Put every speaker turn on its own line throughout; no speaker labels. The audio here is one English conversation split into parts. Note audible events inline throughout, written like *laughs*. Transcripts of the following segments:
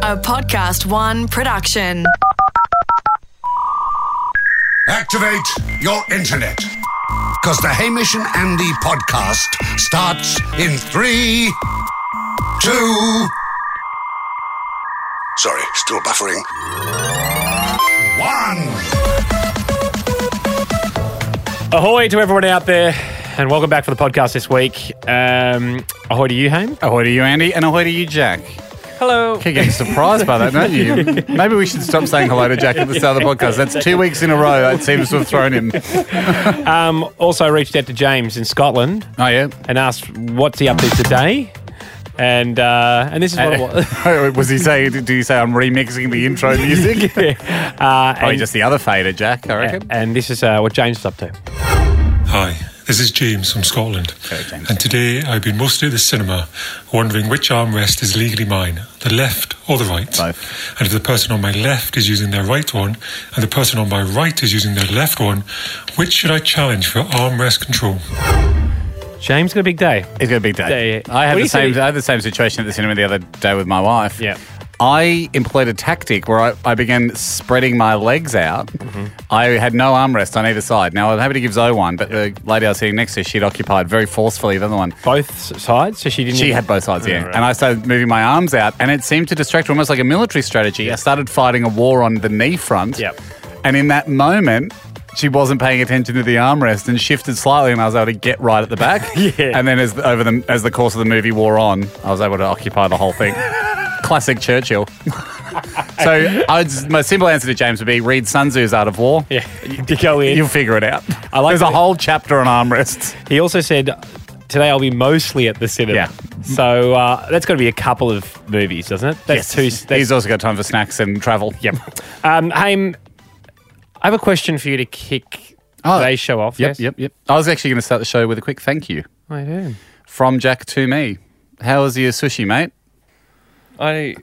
A Podcast One production.
Activate your internet. Because the Hamish and Andy podcast starts in three, two. Sorry, still buffering. One.
Ahoy to everyone out there, and welcome back for the podcast this week. Um, ahoy to you, Hame.
Ahoy to you, Andy, and ahoy to you, Jack.
Hello.
You're getting surprised by that, don't you? Maybe we should stop saying hello to Jack at the start of the podcast. That's two weeks in a row. That seems to have thrown him.
Um, also reached out to James in Scotland
Oh, yeah.
and asked what's he up to today, and uh, and this is what *laughs* it was.
Oh, was he saying, did you say I'm remixing the
*laughs*
intro music?
Uh,
Probably
and,
just the other fader, Jack, I reckon.
and this is uh, what James is up to.
Hi, this is James from Scotland.
Hello, James.
And today I've been mostly at the cinema wondering which armrest is legally mine, the left or the right.
Both.
And if the person on my left is using their right one and the person on my right is using their left one, which should I challenge for armrest control?
James got a big day.
It's going to be day.
Yeah, yeah.
I
What
had
do
the
you
same.
think?
I had the same situation at the cinema the other day with my wife.
Yeah.
I employed a tactic where I, I began spreading my legs out.
Mm-hmm.
I had no armrest on either side. Now I'm happy to give Zoe one, but the lady I was sitting next to, she'd occupied very forcefully the other one.
Both s- sides, so she didn't.
She
even-
had both sides, yeah.
Right.
And I started moving my arms out, and it seemed to distract her almost like a military strategy. I started fighting a war on the knee front.
Yep.
And in that moment, she wasn't paying attention to the armrest and shifted slightly, and I was able to get right at the back.
*laughs* Yeah.
And then as the, over the as the course of the movie wore on, I was able to occupy the
*laughs*
whole thing. Classic Churchill. so I would, my simple answer to James would be read Sun Tzu's Art of War.
*laughs* Yeah, to go in.
You'll figure it out.
I like
There's
that-
a whole chapter on armrests.
He also said, "Today I'll be mostly at the cinema."
Yeah.
So uh, that's got to be a couple of movies, doesn't it? That's two. That's
He's also got time for snacks and travel.
Yep. Um, Haim, I have a question for you to kick
Oh.
today's show off.
Yep,
yes?
yep, yep. I was actually going to start the show with a quick thank you
I do.
from Jack to me. How was your sushi, mate?
I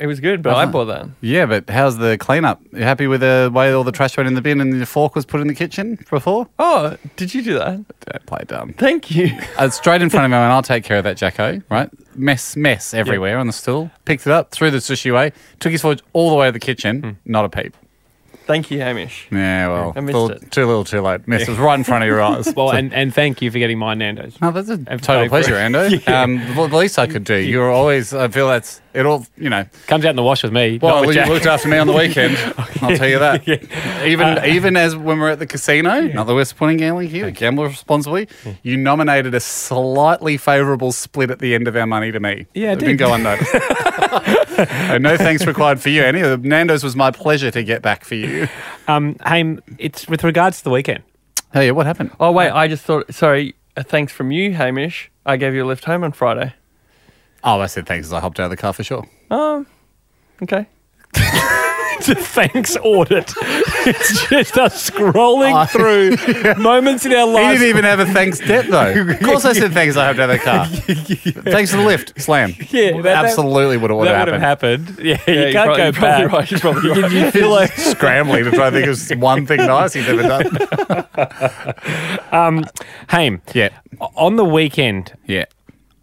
it was good, but I bought that.
Yeah, but how's the cleanup? You happy with the way all the trash went in the bin and the fork was put in the kitchen before?
Oh, did you do that?
Don't play dumb.
Thank you.
Uh, straight in front of me, and I'll take care of that, Jacko. Right? Mess, mess everywhere on the stool. Picked it up, threw the sushi away, took his fork all the way to the kitchen. Not a peep.
*laughs* Thank you, Hamish.
Yeah, well,
I missed
little-
it.
too little, too late. Missed. It was right in front of your eyes.
Well, and, and thank you for getting my Nando's.
No, Oh, that's a
And
total
pay for it.
*laughs* pleasure, Ando. um, the the least I could do. You're always. I feel that's it. All you know.
Comes out in the wash with me.
Well,
not with
you
Jack.
looked after me on the weekend. *laughs* I'll tell you *laughs* that. Even even as when we we're at the casino, not that we're supporting gambling here, gamble responsibly. You nominated a slightly favourable split at the end of our money to me.
Yeah, I
it didn't
did.
go *laughs* unnoticed. Uh, no thanks required for you, Annie. Uh, Nando's was my pleasure to get back for you.
um, Haim, it's with regards to the weekend.
Hey, what happened?
Oh wait, I just thought. Sorry, a thanks from you, Hamish. I gave you a lift home on Friday.
Oh, I said thanks as I hopped out of the car for sure.
Okay.
It's a thanks audit. it's just us scrolling through
Oh.
moments in our
He
lives.
didn't even have a thanks debt
*laughs*
though. Of course, I said thanks. I hopped out of the car. Thanks for the lift, slam.
Yeah, that- that-
absolutely would have
that would
happened.
have happened. Yeah, you
you're
can't
probably-
go
you're probably
back.
right, you're probably
*laughs* You- you feel like
*laughs* scrambling to try to think of one thing nice he's
*laughs*
ever done.
Haim.
Yeah.
o- On the weekend,
Yeah.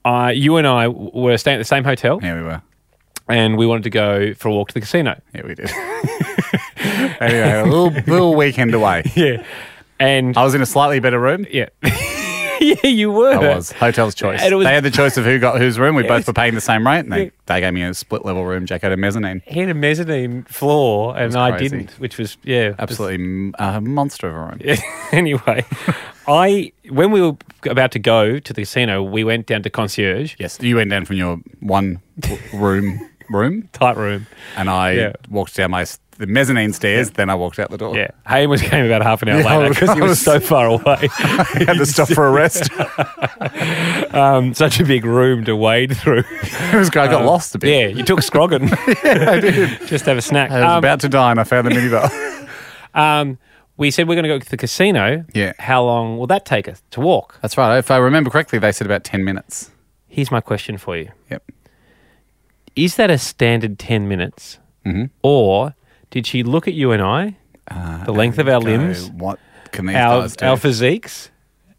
uh, you and I w- were staying at the same hotel,
Yeah, we were.
and we wanted to go for a walk to the casino.
Yeah, we did. *laughs* anyway, a little, little weekend away.
Yeah, and
I was in a slightly better room. *laughs*
Yeah. yeah, you were.
I was. Hotel's choice.
And it was-
they had the choice of who got whose room. We both were paying the same rate, and they,
Yeah.
they gave me a split level room. Jack had a mezzanine.
He had a mezzanine floor and I
crazy.
didn't, which was, yeah. just- *laughs*
Absolutely m- a monster of a room. *laughs*
anyway, I, when we were about to go to the casino, we went down to concierge,
Yes, you went down from your one w- room room,
tight room.
and I
Yeah.
walked down my s- the mezzanine stairs. Then I walked out the door.
Yeah. Hayden was came about half an hour
Yeah, I
later
was-
because he
I
was
was-
so far away.
*laughs*
*laughs*
had to stop for a rest. *laughs*
um, such a big room to wade through.
it was great. I got lost a bit.
Um, Yeah, you took
*laughs*
Scroggin.
I
*laughs*
did.
Just have a snack.
I was
Um,
about to die and I found
*laughs*
the minibar.
um, we said we're going to go to the casino.
Yeah.
How long will that take us to walk?
That's right. If I remember correctly, they said about 10 minutes.
Here's my question for you.
Yep.
is that a standard 10 minutes or did she look at you and Mm-hmm. Uh, I, the length of our limbs,
what can these
our,
guys do?
our physiques,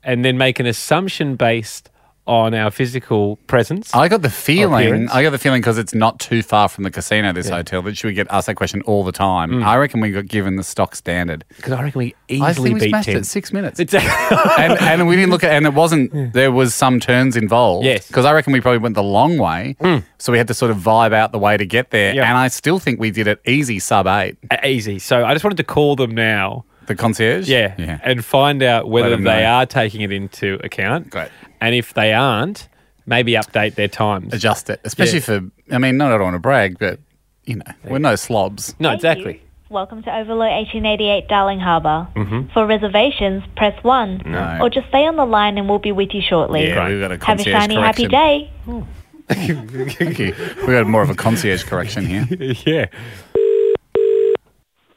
and then make an assumption based on our physical presence.
I got the feeling.
appearance.
I got the feeling because it's not too far from the casino. This hotel that she would get asked that question all the time. I reckon we got given the stock standard.
Because I, reckon we
I think
Mm. easily
we
beat
smashed
Tim.
it six
*laughs*
minutes.
It's- *laughs*
and, and we didn't look at, and it wasn't, there was some turns involved.
Yes.
Because I reckon we probably went the long way. So we had to sort of vibe out the way to get there.
Yeah.
And I still think we did it easy sub eight,
easy. So I just wanted to call them now.
the concierge.
Yeah.
Yeah.
And find out whether
them
they
know.
are taking it into account.
Great.
And if they aren't, maybe update their times.
Adjust it, especially for, I mean, not I don't want to brag, but, you know, we're no slobs.
No,
Thank
exactly.
you. Welcome to Overlook 1888 Darling harbour For reservations, press 1.
No.
Or just stay on the line and we'll be with you shortly.
Yeah, we've got a
Have a
concierge
shiny, happy
correction.
day.
Thank you. We got more of a concierge correction *laughs* here.
*laughs* Yeah.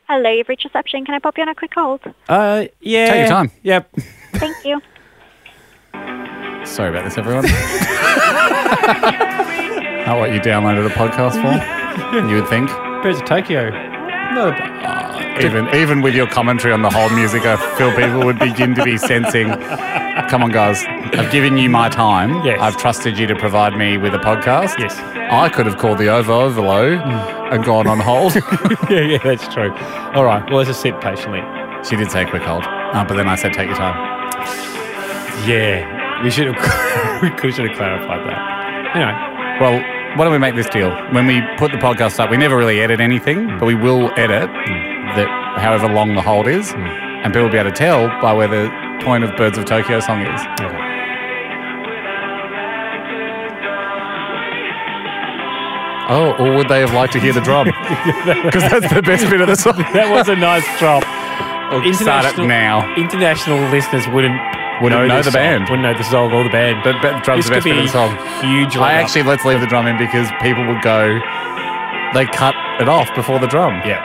Hello, you've reached reception. Can I pop you on a quick hold?
Uh, yeah.
Take your time.
Yep.
Thank you.
Sorry about this, everyone. *laughs* Not what you downloaded a podcast for, you would think.
Birds of Tokyo. Not a- *laughs*
Even even with your commentary on the whole music, I feel people would begin to be sensing. Come on, guys! I've given you my time.
Yes.
I've trusted you to provide me with a podcast.
Yes.
I could have called the Ovo Overlo and gone
*laughs*
on hold.
yeah, yeah, that's true. All right. Well, let's just sit patiently.
she did say quick hold, uh, but then I said take your time.
Yeah. We should have. *laughs* we could should have clarified that. Anyway.
Well, why don't we make this deal? When we put the podcast up, we never really edit anything,
Hmm.
but we will edit that however long the hold is,
Hmm.
and people will be able to tell by where the point of Birds of Tokyo song is.
Okay.
Oh, or would they have liked to hear the
*laughs*
drum? Because that's the best bit of the song.
That
*laughs*
was a nice drop.
Start it now.
International listeners wouldn't
Wouldn't know
this
the
song,
band.
Wouldn't know the song or the band.
The, be- drum's
this
the best
could be
bit of the song.
huge.
I
lineup.
actually let's leave the drum in because people would go. They cut it off before the drum.
Yeah.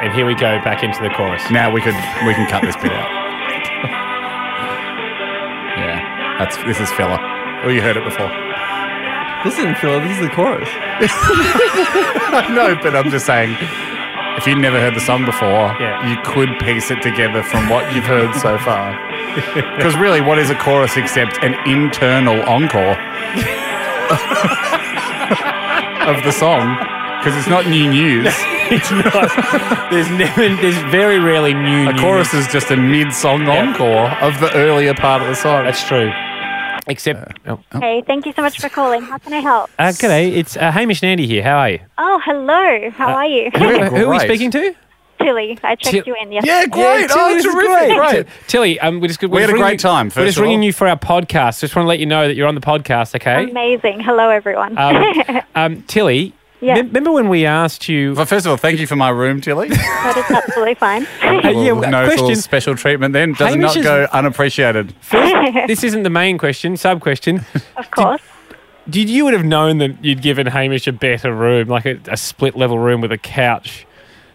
And here we go back into the chorus.
Now we could we can cut this bit out. *laughs* yeah, that's this is filler. Oh, you heard it before. *laughs*
This isn't filler. This is the chorus.
no, but I'm just saying. If you'd never heard the song before,
Yeah.
you could piece it together from what you've heard so *laughs* far. Because really, what is a chorus except an internal encore *laughs* of the song? Because it's not *laughs* new news.
It's not. There's never. There's very rarely new.
A
new-
chorus is just a mid-song encore of the earlier part of the song.
That's true. Except. Uh, oh.
Okay, thank you so much for calling. How can I help?
Uh, g'day, it's uh, Hamish and Andy here. How are you? Uh,
Oh, hello. How are you?
You're
Who are we
great.
speat- speaking to?
*laughs* Tilly, I
Till-
checked you in yesterday.
Yeah, great.
Tilly,
oh,
this is great.
terrific. Great.
T- Tilly, um, we're just we
had a great time,
We're
first
just
of
ringing
all.
you for our podcast. Just want to let you know that you're on the podcast, okay?
Amazing. Hello, everyone.
Um, um, Tilly,
Yeah.
mem- remember when we asked you?
Well, first of all, thank you for my room, Tilly.
*laughs* that is absolutely fine.
Hey, uh, yeah,
Well, no
question.
little special treatment then. Does
Hamish
not
is-
go unappreciated.
First, this isn't the main question. Sub *laughs* question.
of course.
Did you would have known that you'd given Hamish a better room, like a, a split level room with a couch?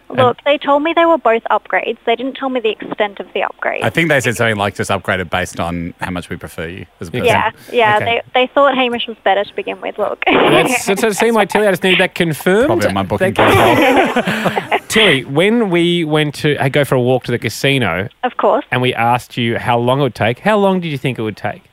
Look, they told me they were both upgrades. They didn't tell me the extent of the upgrade.
I think they said something like just upgraded based on how much we prefer you as a person.
yeah, yeah.
Okay.
They, they thought Hamish was better to begin with. Look. *laughs*
That's, that's what it seemed like, Tilly. I just need that confirmed.
Probably on my booking
That-
profile.
Tilly, when we went to I go for a walk to the casino
of course.
and we asked you how long it would take, how long did you think it would take?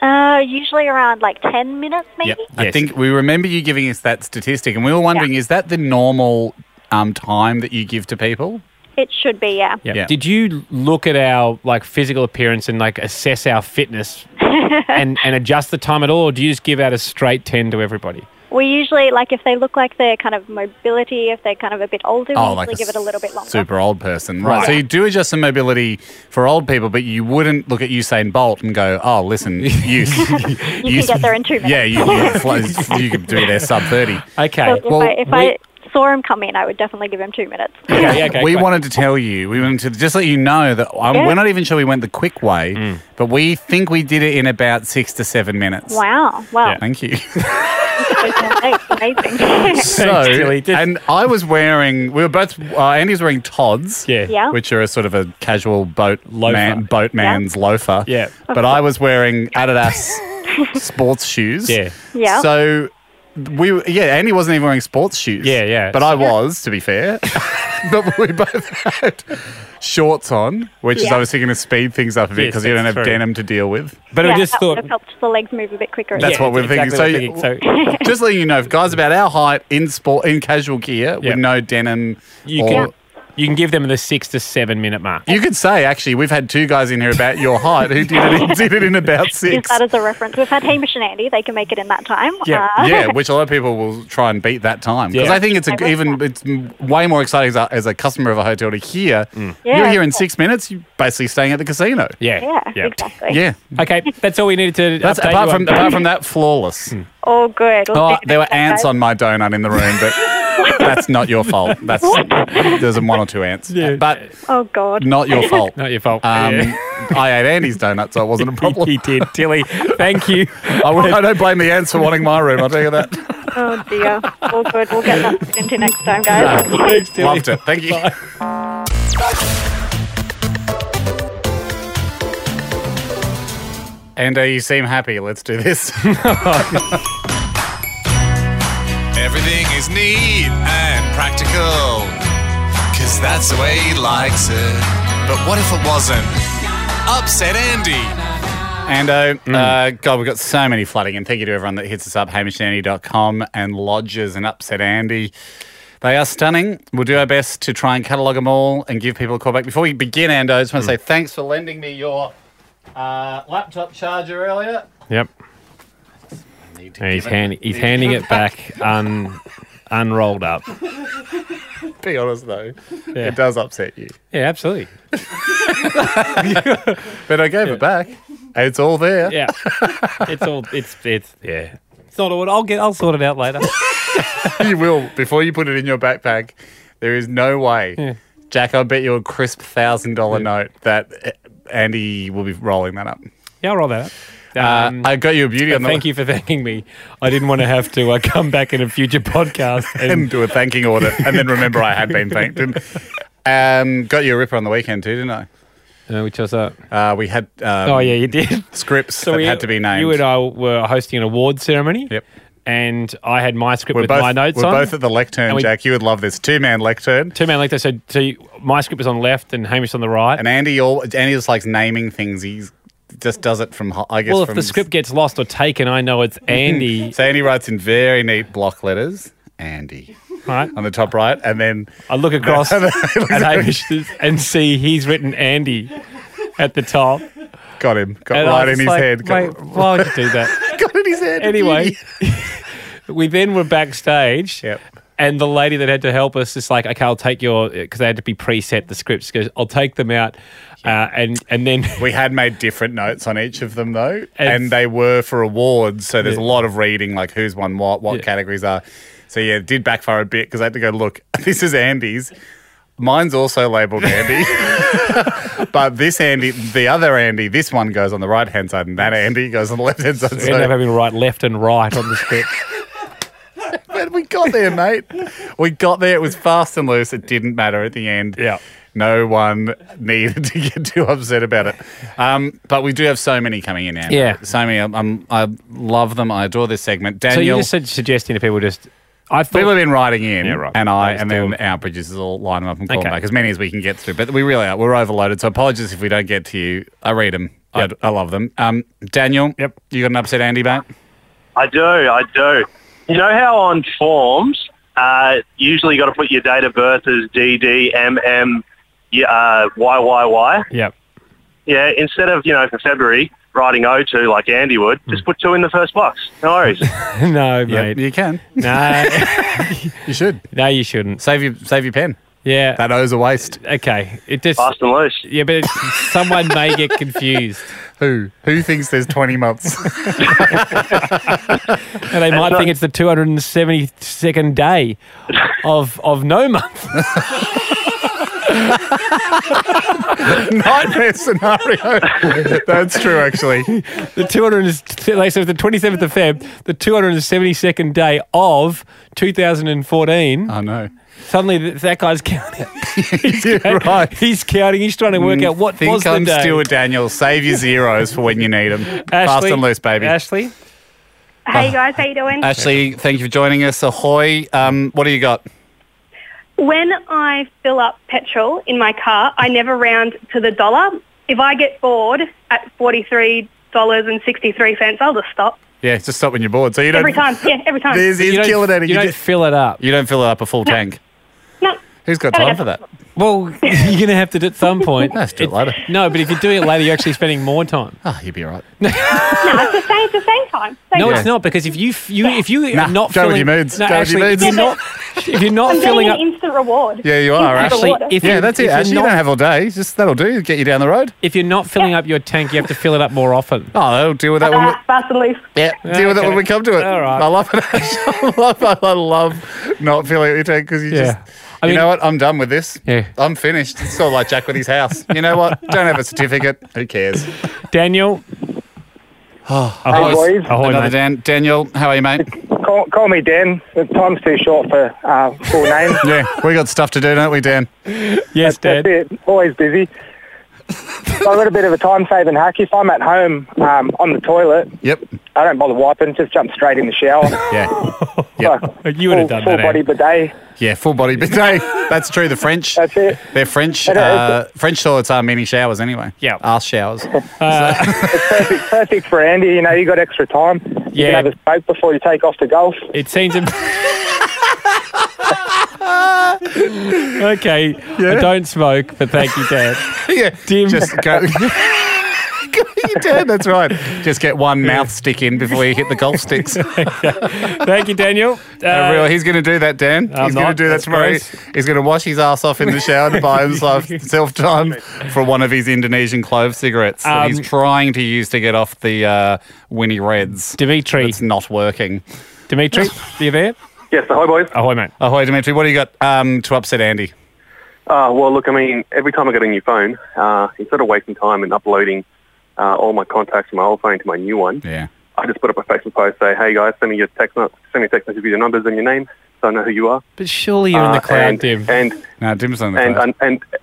Uh, usually around like 10 minutes, maybe.
yep. I
Yes.
think we remember you giving us that statistic, and we were wondering is that the normal um, time that you give to people?
It should be, yeah.
Yeah.
Did you look at our like physical appearance and like assess our
*laughs*
fitness and, and adjust the time at all? Or do you just give out a straight ten to everybody?
We usually, like, if they look like they're kind of mobility, if they're kind of a bit older, we usually give it a little bit longer.
Oh, super old person. Right.
Right.
So you do adjust some mobility for old people, but you wouldn't look at Usain Bolt and go,
*laughs*
oh, listen, you. you,
You can get there in two minutes.
Yeah, you, you, fly- you could do their sub 30.
So
Okay.
if,
well,
I, if
we-
I saw him come in, I would definitely give him two minutes.
Okay, *laughs* yeah, okay,
*laughs* we
great.
wanted to tell you. We wanted to just let you know that um,
Yeah.
we're not even sure we went the quick way,
Mm.
but we think we did it in about six to seven minutes.
Wow, wow.
Thank you.
Thanks,
*laughs*
*laughs*
amazing.
so,
Tilly. Just-
and I was wearing. We were both. Uh, Andy's wearing Tods.
Yeah.
Yeah.
Which are a sort of a casual boat
Loafer.
man, boatman's loafer.
Yeah.
But I was wearing
*laughs*
Adidas sports shoes.
Yeah.
Yeah.
So we, yeah, Andy wasn't even wearing sports shoes.
Yeah, yeah.
But I was, to be fair. *laughs* but we both had shorts on, which is
Yeah.
obviously going to speed things up a bit
Yes,
because you don't
that's
have
true.
denim to deal
*laughs*
with.
But
yeah,
I just
that
thought
would have helped the legs move a bit quicker.
That's
Yeah,
what we're
exactly
thinking.
what
So,
we're thinking.
just letting you know, if guys about our height in sport in casual gear
Yeah.
with no denim,
you
or-
can you can give them the six to seven minute mark.
you could say actually we've had two guys in here about your height who did it, did it in
*laughs*
about
Use
six.
that as a reference. We've had Hamish and Andy. They can make it in that time.
Yeah.
Uh,
yeah, which a lot of people will try and beat that time because
Yeah.
I think it's a, even it's m- way more exciting as a, as a customer of a hotel to hear you're
Yeah.
here in six minutes. You're basically staying at the casino.
Mm. Yeah.
*laughs* yeah,
yeah.
exactly.
Yeah,
Okay, that's all we needed to.
that's
update
apart
you
from
on. Mm.
apart from that flawless.
All good. We'll
Oh,
see you
there were
next time,
ants
guys.
on my donut in the room, but
*laughs*
that's not your fault. That's there's one or two ants,
Yeah.
but
Oh God.
not
*laughs*
your fault.
Not your fault.
Um,
Yeah.
I ate Andy's donut, so it wasn't a
*laughs*
problem.
he did, Tilly. *laughs*
*laughs*
Thank you.
I, would- I don't blame the ants for wanting my room. I'll tell you that.
Oh dear. All good. We'll get that *laughs* into next time, guys.
Loved it. Thank you. And uh, you seem happy. Let's do this. *laughs*
Everything is neat and practical, because that's the way he likes it. But what if it wasn't? Upset Andy.
And uh, uh, God, we've got so many flooding. And thank you to everyone that hits us up, hamishandy.com and Lodgers and Upset Andy. They are stunning. We'll do our best to try and catalogue them all and give people a call back. Before we begin, Ando, I just want to say thanks for lending me your uh, laptop charger earlier.
Yep.
Need to
And he's
give it-
hand, he's
need to
handing
give
it back un, unrolled up.
Be honest, though,
Yeah.
it does upset you.
Yeah, absolutely.
But I gave it back. It's all there.
Yeah. *laughs* it's all. It's it's yeah. It's not all. I'll get. I'll sort it out later.
you will before you put it in your backpack. There is no way, Jack. I bet you a crisp thousand dollar note that uh, Andy will be rolling that up.
Yeah, I'll roll that. Up.
Uh,
Um,
I got you a beauty on the
thank you for thanking me. I didn't want to have to uh, come back in a future *laughs* podcast
and
and
do a thanking audit, and then remember I had been thanked. And, um, got you a ripper on the weekend too, didn't
uh, which was that?
I? Uh, we had um,
Oh yeah, you did.
scripts that
we-
had to be named.
You and I were hosting an award ceremony.
Yep.
And I had my script
we're
with
both
my notes
we're
on.
both at the lectern,
And we-
Jack. You would love this two man lectern.
Two man like they said. So you- my script was on left and Hamish on the right.
And Andy, all Andy just likes naming things. He just does it from hi- I guess.
well, if
from
the script gets lost or taken, I know it's Andy.
*laughs* So Andy writes in very neat block letters, Andy,
right?
on the top right, and then
I look
*laughs*
across at Hamish and see he's written Andy at the top.
got him, got
And I
right
was
in his
just like,
head,
Mate,
got,
why would you do that?
*laughs* got in his head.
anyway, *laughs* we then were backstage.
Yep.
And the lady that had to help us is like, okay, I'll take your, because they had to be preset the scripts. She Goes, I'll take them out, uh, and and
*laughs*
then
we had made different notes on each of them though, and,
And-
they were for awards. So there's
Yeah.
a lot of reading, like who's won what, what
Yeah.
categories are. So yeah, it did backfire a bit because I had to go look. *laughs* This is Andy's. Mine's also labelled Andy, *laughs* but this Andy, the other Andy, this one goes on the right hand side, and that Andy goes on the left hand side.
we ended
So-
up having to write left and right on the script.
But we got there, mate. We got there. It was fast and loose. It didn't matter at the end.
Yeah.
No one needed to get too upset about it. Um, but we do have so many coming in now.
Yeah.
So many. I'm, I'm, I love them. I adore this segment.
so you're
Daniel.
just su- suggesting to people just, I thought,
People have been writing in,
Yeah, right.
and I,
Let's
and
do
then
them.
our producers all line them up and call them
Okay.
back as many as we can get through. But we really are. We're overloaded. So apologies if we don't get to you. I read them.
Yep.
I, I love them. Um, Daniel.
Yep.
You got an upset Andy back?
I do, I do. You know how on forms, uh, usually you got to put your date of birth as DDMM, uh, YYY.
*laughs*
yeah.
Yeah, instead of, you know, for February, writing 02 like Andy would, just put two in the first box. No worries.
no,
Yep,
mate.
You can.
No, *laughs*
You should
no, you shouldn't.
*laughs* save your save your pen.
Yeah.
That O's a waste.
okay. It just,
Fast and loose.
yeah, but it's, someone may
*laughs*
get confused.
Who? Who thinks there's 20 months?
And they might think it's the 272nd day of of no month. *laughs*
Nightmare scenario. That's true, actually.
The 200 is, like, so the 27th of Feb, the 272nd day of 2014.
I know.
Suddenly th- that guy's counting.
You're *laughs* right.
*laughs*
Mm.
He's counting. He's trying to work out what
Think
was the
I'm
day.
still a Daniel. Save your zeros for when you need them. Fast
Ashley-
and loose, baby.
Ashley, Ah.
Hey guys, how you doing?
Uh,
Ashley, thank you for joining us. Ahoy. Um, what do you got?
When I fill up petrol in my car, I never round to the dollar. If I get bored at $43.63, I'll just stop.
Yeah, just stop when you're bored. So you don't.
Every time. Yeah, every time.
There's, he's
You don't-
killing it.
you don't
fill it up. You don't fill it up a full tank.
No.
Who's got
There we
time
go.
for that?
Well,
*laughs*
you're going to have to do it at some point.
Let's do it later.
No, but if you're doing it later, you're actually spending more time.
Oh, you'd be all right.
No, it's the same, it's the same time. Same
No,
time.
it's not because if you f- you if you
Nah,
are not
go with
filling
your moods.
No,
Go with
actually,
your
if you're
moods.
not if
*laughs*
you're not
I'm
filling
getting
up,
an instant reward.
Yeah, you are.
Instant
Actually,
reward.
if
yeah,
you-
that's it.
if you're
Actually, you
not-
don't have all day. It's Just that'll do. Get you down the road.
if you're not filling up your tank, you have to fill it up more often.
Oh, they'll deal with that when we,
Ah, fast and loose.
yeah, deal with it
okay.
when we come to it.
All right.
I love it. *laughs* I love, I love not feeling your tank because you
Yeah.
just.
I
you
mean-
know what? I'm done with this.
Yeah.
I'm finished. It's sort of like Jack with his house. You know what? Don't have a certificate. Who cares?
Daniel,
Hey, boys.
ahoy,
Another
mate.
Dan. Daniel, how are you, mate?
Call, call me Dan. The time's too short for uh, full name.
yeah, we got stuff to do, don't we, Dan?
yes, Dad.
That's it. Always busy. So I've got a bit of a time-saving hack. If I'm at home um, on the toilet,
Yep.
I don't bother wiping. Just jump straight in the shower.
Yeah.
*laughs* So,
You would have
full,
done
full
that.
body
Anne.
bidet.
Yeah, full body bidet. That's true. The French.
That's it.
They're French.
It is.
Uh, French toilets are mini showers anyway.
Yeah.
Arse showers.
It's perfect, perfect for Andy. You know, you got extra time. You
Yeah.
can have a smoke before you take off to golf.
It seems. Im- okay, I don't smoke, but thank you, Dad.
*laughs* yeah.
Dim.
Just
*laughs*
go. *laughs* you did. That's right. Just get one mouth stick in before you hit the golf
*laughs*
sticks.
thank you,
*laughs*
Daniel. Uh,
No, really, he's going to do that, Dan.
I'm
he's going to
not.
do that
That's
tomorrow.
gross.
He's going to wash his ass off in the shower to
*laughs*
buy himself self time for one of his Indonesian clove cigarettes that he's
Um,
trying to use to get off the uh, Winnie Reds.
Dimitri,
It's not working.
Dimitri, are you there?
Yes, hi boys.
Ahoy, mate.
Ahoy, Oh, Dimitri. What do you got um, to upset Andy?
Uh, well, look, I mean, every time I get a new phone, uh, instead of wasting time and uploading uh, all my contacts from my old phone to my new one,
Yeah.
I just put up a Facebook post, say, hey guys, send me your text, send me a text message with your numbers and your name, so I know who you are.
But surely you're in the
Uh,
cloud,
and,
Dim.
And
No, Dim's on the
and,
cloud.
and and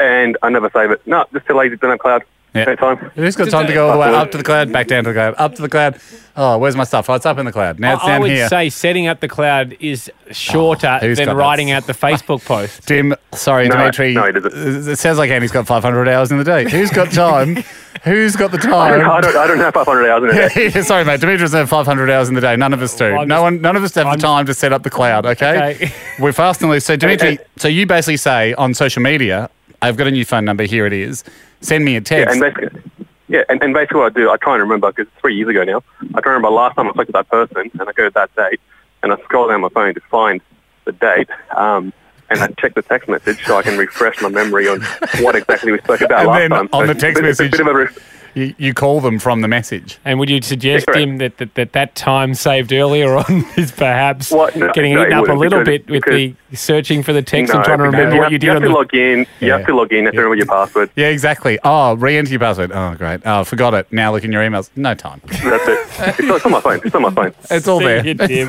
and I never save it. No, just too lazy. Don't have cloud.
Yeah.
No time.
Who's got time to go all the way up to the cloud, back down to the cloud, up to the cloud? Oh, where's my stuff? Oh, it's up in the cloud. Now it's
I
down
would
here.
say setting up the cloud is shorter
Oh, who's got
than
that?
writing *laughs* out the Facebook post.
Dim, sorry,
No,
Dimitri.
no, it doesn't.
It sounds like Andy's got 500 hours in the day. Who's got time? Who's got the
I don't, I
time?
don't, I don't have 500 hours in a day.
*laughs* Yeah, sorry, mate. Dimitri's have 500 hours in the day. None of us do.
Well, I'm
no
just-
one. None of us have
I'm-
the time to set up the cloud. Okay,
Okay.
*laughs* we're fast and loose. So, Dimitri,
and-
so you basically say on social media, "I've got a new phone number. Here it is. Send me a text."
And basically, yeah, and, and basically what I do, I try and remember because it's three years ago now. I try and remember last time I spoke to that person, and I go to that date, and I scroll down my phone to find the date, um, and I check the text message so I can refresh my memory on what exactly we spoke about
And
last
then
time.
on
So
the
it's a
text
bit- it's a
message-
bit of a ref-
you, you call them from the message.
And would you suggest,
Yeah, correct.
Dim, that that, that that time saved earlier on *laughs* is perhaps
What? No,
getting
no,
eaten
it
up a
wouldn't,
little
because-
bit with the searching for the text
no,
and trying to
no,
remember
you
what
have,
you did
you
on
have to
the
log in. You
Yeah.
have to log in. You have to remember your password.
Yeah, exactly. Oh, re-enter your password. Oh, great. Oh, forgot it. Now look in your emails. No time.
That's it. It's on- it's on my phone. It's on my phone.
It's all
*laughs*
there.
See you, Dim.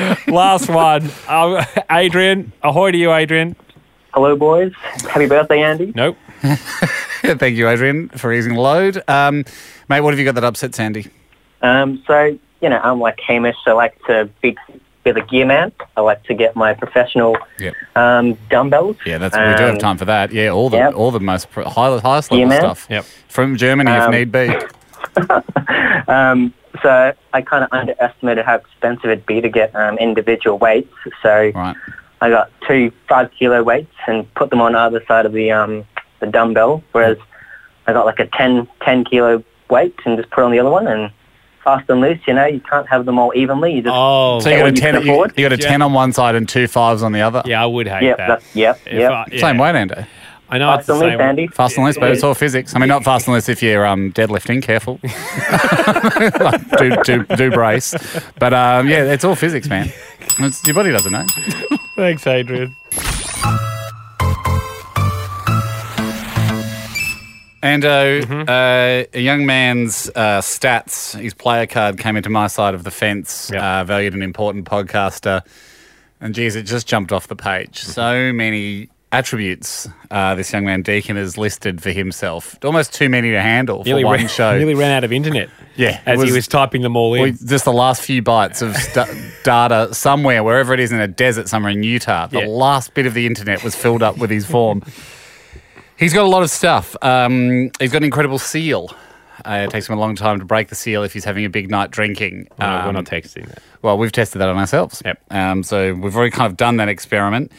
*laughs* Last one. Um, Adrian. Ahoy to you, Adrian.
Hello, boys. Happy birthday, Andy.
Nope.
*laughs* Thank you, Adrian, for easing the load. Um, mate, what have you got that upsets Andy?
Um, so, you know, I'm like Hamish. I like to be, be the gear man. I like to get my professional
Yep.
um, dumbbells.
Yeah, that's we do have time for that. Yeah, all the
Um, yep.
all the most pro- high, highest
Yeah,
level
man.
stuff.
Yep.
From Germany, if
Um,
need be.
Um, so I kind of underestimated how expensive it'd be to get um, individual weights. So
Right.
I got two five kilo weights and put them on either side of the um, the dumbbell, whereas I got like a 10, 10 kilo weight and just put on the other one and fast and loose. You know, you can't have them all evenly. You just
Oh.
So you
that
got a
what you
ten.
can
You,
afford?
you got a
Yeah.
ten on one side and two fives on the other.
yeah, I would hate
yep,
that.
that's, yep,
If
yep.
I- yeah.
Same way, Andy.
I know
fast
it's the
and
same.
loose, Andy.
Fast and loose, but it's all physics. I mean, not fast and loose if you're um, deadlifting. *laughs* Careful. do, do, do brace. But um, yeah, it's all physics, man. It's, your body doesn't know.
Thanks, Adrian.
Ando,
Mm-hmm.
uh, a young man's uh, stats, his player card came into my side of the fence,
Yep.
uh,
Mm-hmm.
valued an important podcaster. And geez, it just jumped off the page. So many attributes uh, this young man Deacon has listed for himself. Almost too many to handle for
Nearly
one
ran,
show.
*laughs* nearly ran out of internet.
*laughs* Yeah,
as
it
he was typing them all in.
well, just the last few bytes of st-
*laughs*
data somewhere, wherever it is in a desert somewhere in Utah. The
Yeah.
last bit of the internet was filled up with his form. He's got a lot of stuff. Um, he's got an incredible seal. Uh, it takes him a long time to break the seal if he's having a big night drinking.
We're not- we're
Um,
not texting that.
well, we've tested that on ourselves. Yep. Um, so we've already kind of done that experiment.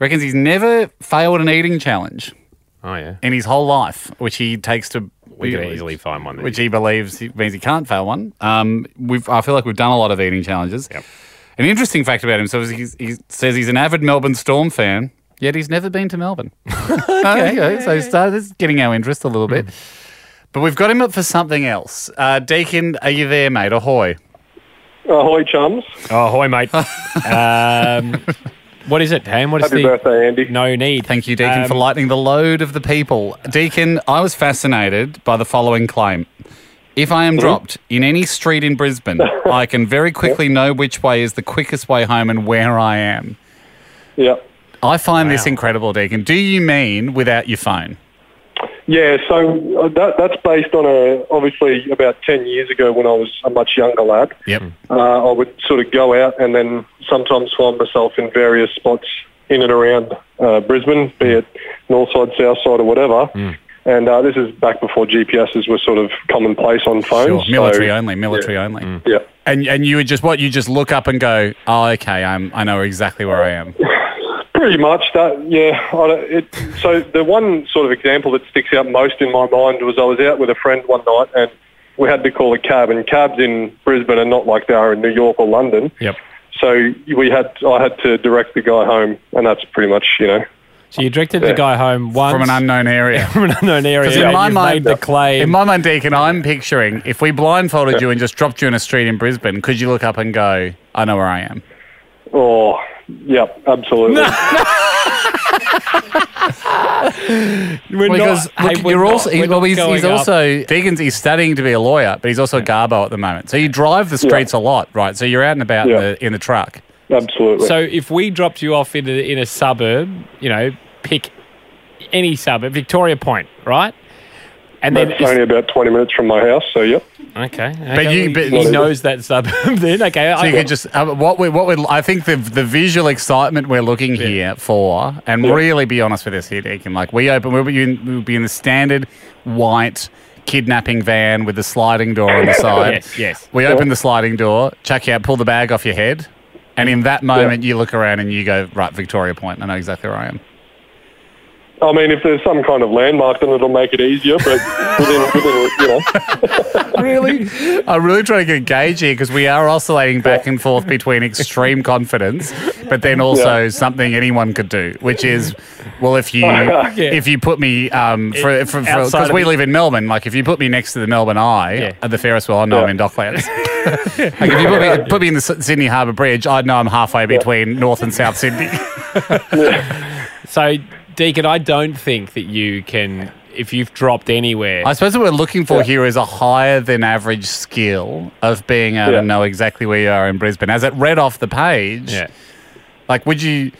Reckons he's never failed an eating challenge.
Oh yeah.
In his whole life, which he takes to.
We could easily find one. that
Which he believes he, means he can't fail one. Um, we've, I feel like we've done a lot of eating challenges. Yep. An interesting fact about himself is he's, he says he's an avid Melbourne Storm fan, yet he's never been
*laughs*
to Melbourne. *laughs* okay, okay, so start, this is getting our interest a little bit.
Hmm.
But we've got him up for something else. Uh, Deacon, are you there, mate? Ahoy.
Ahoy, chums.
Oh, ahoy,
*laughs*
mate. um, what is it, Ham? What is
Happy
the
birthday, Andy?
No need. Um,
Thank you, Deacon,
Um,
for lightening the load of the people. Deacon, I was fascinated by the following claim. If I am
Mm-hmm.
dropped in any street in Brisbane, I can
*laughs*
very quickly know which way is the quickest way home and where I am.
Yep.
I find this incredible, Deacon. Do you mean without your phone?
Yeah, so uh, that, that's based on a obviously about ten years ago when I was a much younger lad.
Yep.
Uh, I would sort of go out and then sometimes find myself in various spots in and around uh, Brisbane, be it north side, south side, or whatever.
Mm.
And uh, this is back before GPSs were sort of commonplace on phones. so-
Military only, military only.
Yeah. Mm.
And and you would just what you just look up and go, oh, okay, I'm I know exactly where I
*laughs*
am.
Pretty much that, yeah. I don't- It, so the one sort of example that sticks out most in my mind was I was out with a friend one night and we had to call a cab, and cabs in Brisbane are not like they are in New York or London.
Yep.
So we had, I had to direct the guy home, and that's pretty much, you know.
So you directed the guy home once
From an unknown
*laughs*
area.
*laughs* from an unknown area.
Because in
and
my
you've
mind,
made the claim.
In my mind, Deacon, I'm picturing if we blindfolded you and just dropped you in a street in Brisbane, could you look up and go, "I know where I am"?
Oh, yep, absolutely.
We're not-
because look,
hey, we're
you're
not-
also he-
we're
well,
not
he's, he's
going up.
also Deacon's. He's studying to be a lawyer, but he's also a garbo at the moment. So you drive the streets a lot, right? So you're out and about in, the, in the truck.
Absolutely.
So if we dropped you off in a, in a suburb, you know, pick any suburb, Victoria Point, right? And then
that's only about 20 minutes from my house, so yep.
okay,
But
okay,
you-
he-
but-
he knows that suburb. *laughs* Then okay,
So you could just uh, what we what we I think the the visual excitement we're looking here for, and really be honest with us here, Deacon. Like we open, we'll be in, we'll be in the standard white kidnapping van with the sliding door on the side.
Yes, yes.
We open the sliding door, chuck you out, pull the bag off your head, and in that moment you look around and you go, right, Victoria Point. I know exactly where I am.
I mean, if there's some kind of landmark, then it'll make it easier,
*laughs*
but within, within you know.
really? I'm really trying to get a gauge here because we are oscillating back and
*laughs*
forth between extreme confidence, but then also something anyone could do, which is, well, if
*laughs*
you
Yeah.
if you put me um for for
Outside
because
of
we
the-
live in Melbourne, like if you put me next to the Melbourne Eye at the Ferris wheel, I know I'm in Docklands.
*laughs*
like if you put me, put me in the S- Sydney Harbour Bridge, I'd know I'm halfway between North and South Sydney.
*laughs* so Deacon, I don't think that you can if you've dropped anywhere.
I suppose what we're looking for here is a higher than average skill of being able
Yeah.
to know exactly where you are in Brisbane. As it read off the page,
Yeah.
like would you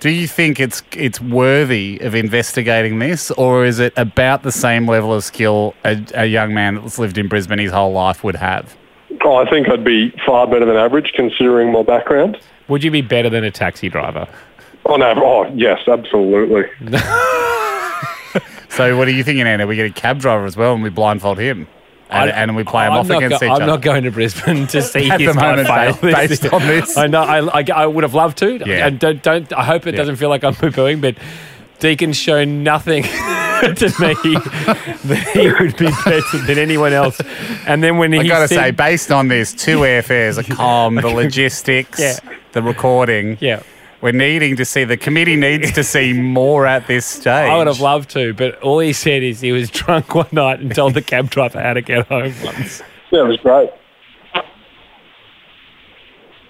do you think it's it's worthy of investigating this, or is it about the same level of skill a, a young man that's lived in Brisbane his whole life would have?
Oh, I think I'd be far better than average considering my background.
Would you be better than a taxi driver?
Oh, no. Oh, yes, absolutely.
So what are you thinking, Anna? We get a cab driver as well, and we blindfold him, and, and we play him
I'm
off
not
against
go-
each
I'm
other.
not going to Brisbane
*laughs*
to see
At
this
the
guy
moment,
fail.
ba-
This-
*laughs* based on this.
I know. I, I, I would have loved to.
Yeah.
And don't, don't. I hope it doesn't feel like I'm poo-pooing, but Deacon's shown nothing *laughs* to me *laughs* that he would be better than anyone else. And then when he
I gotta
said-
say, based on this,
*laughs*
two airfares, a com, the logistics,
Yeah.
the recording.
Yeah.
We're needing to see the committee needs to see more at this stage.
I would have loved to, but all he said is he was *laughs* drunk one night and told the cab driver how to get home once.
Yeah, it was great.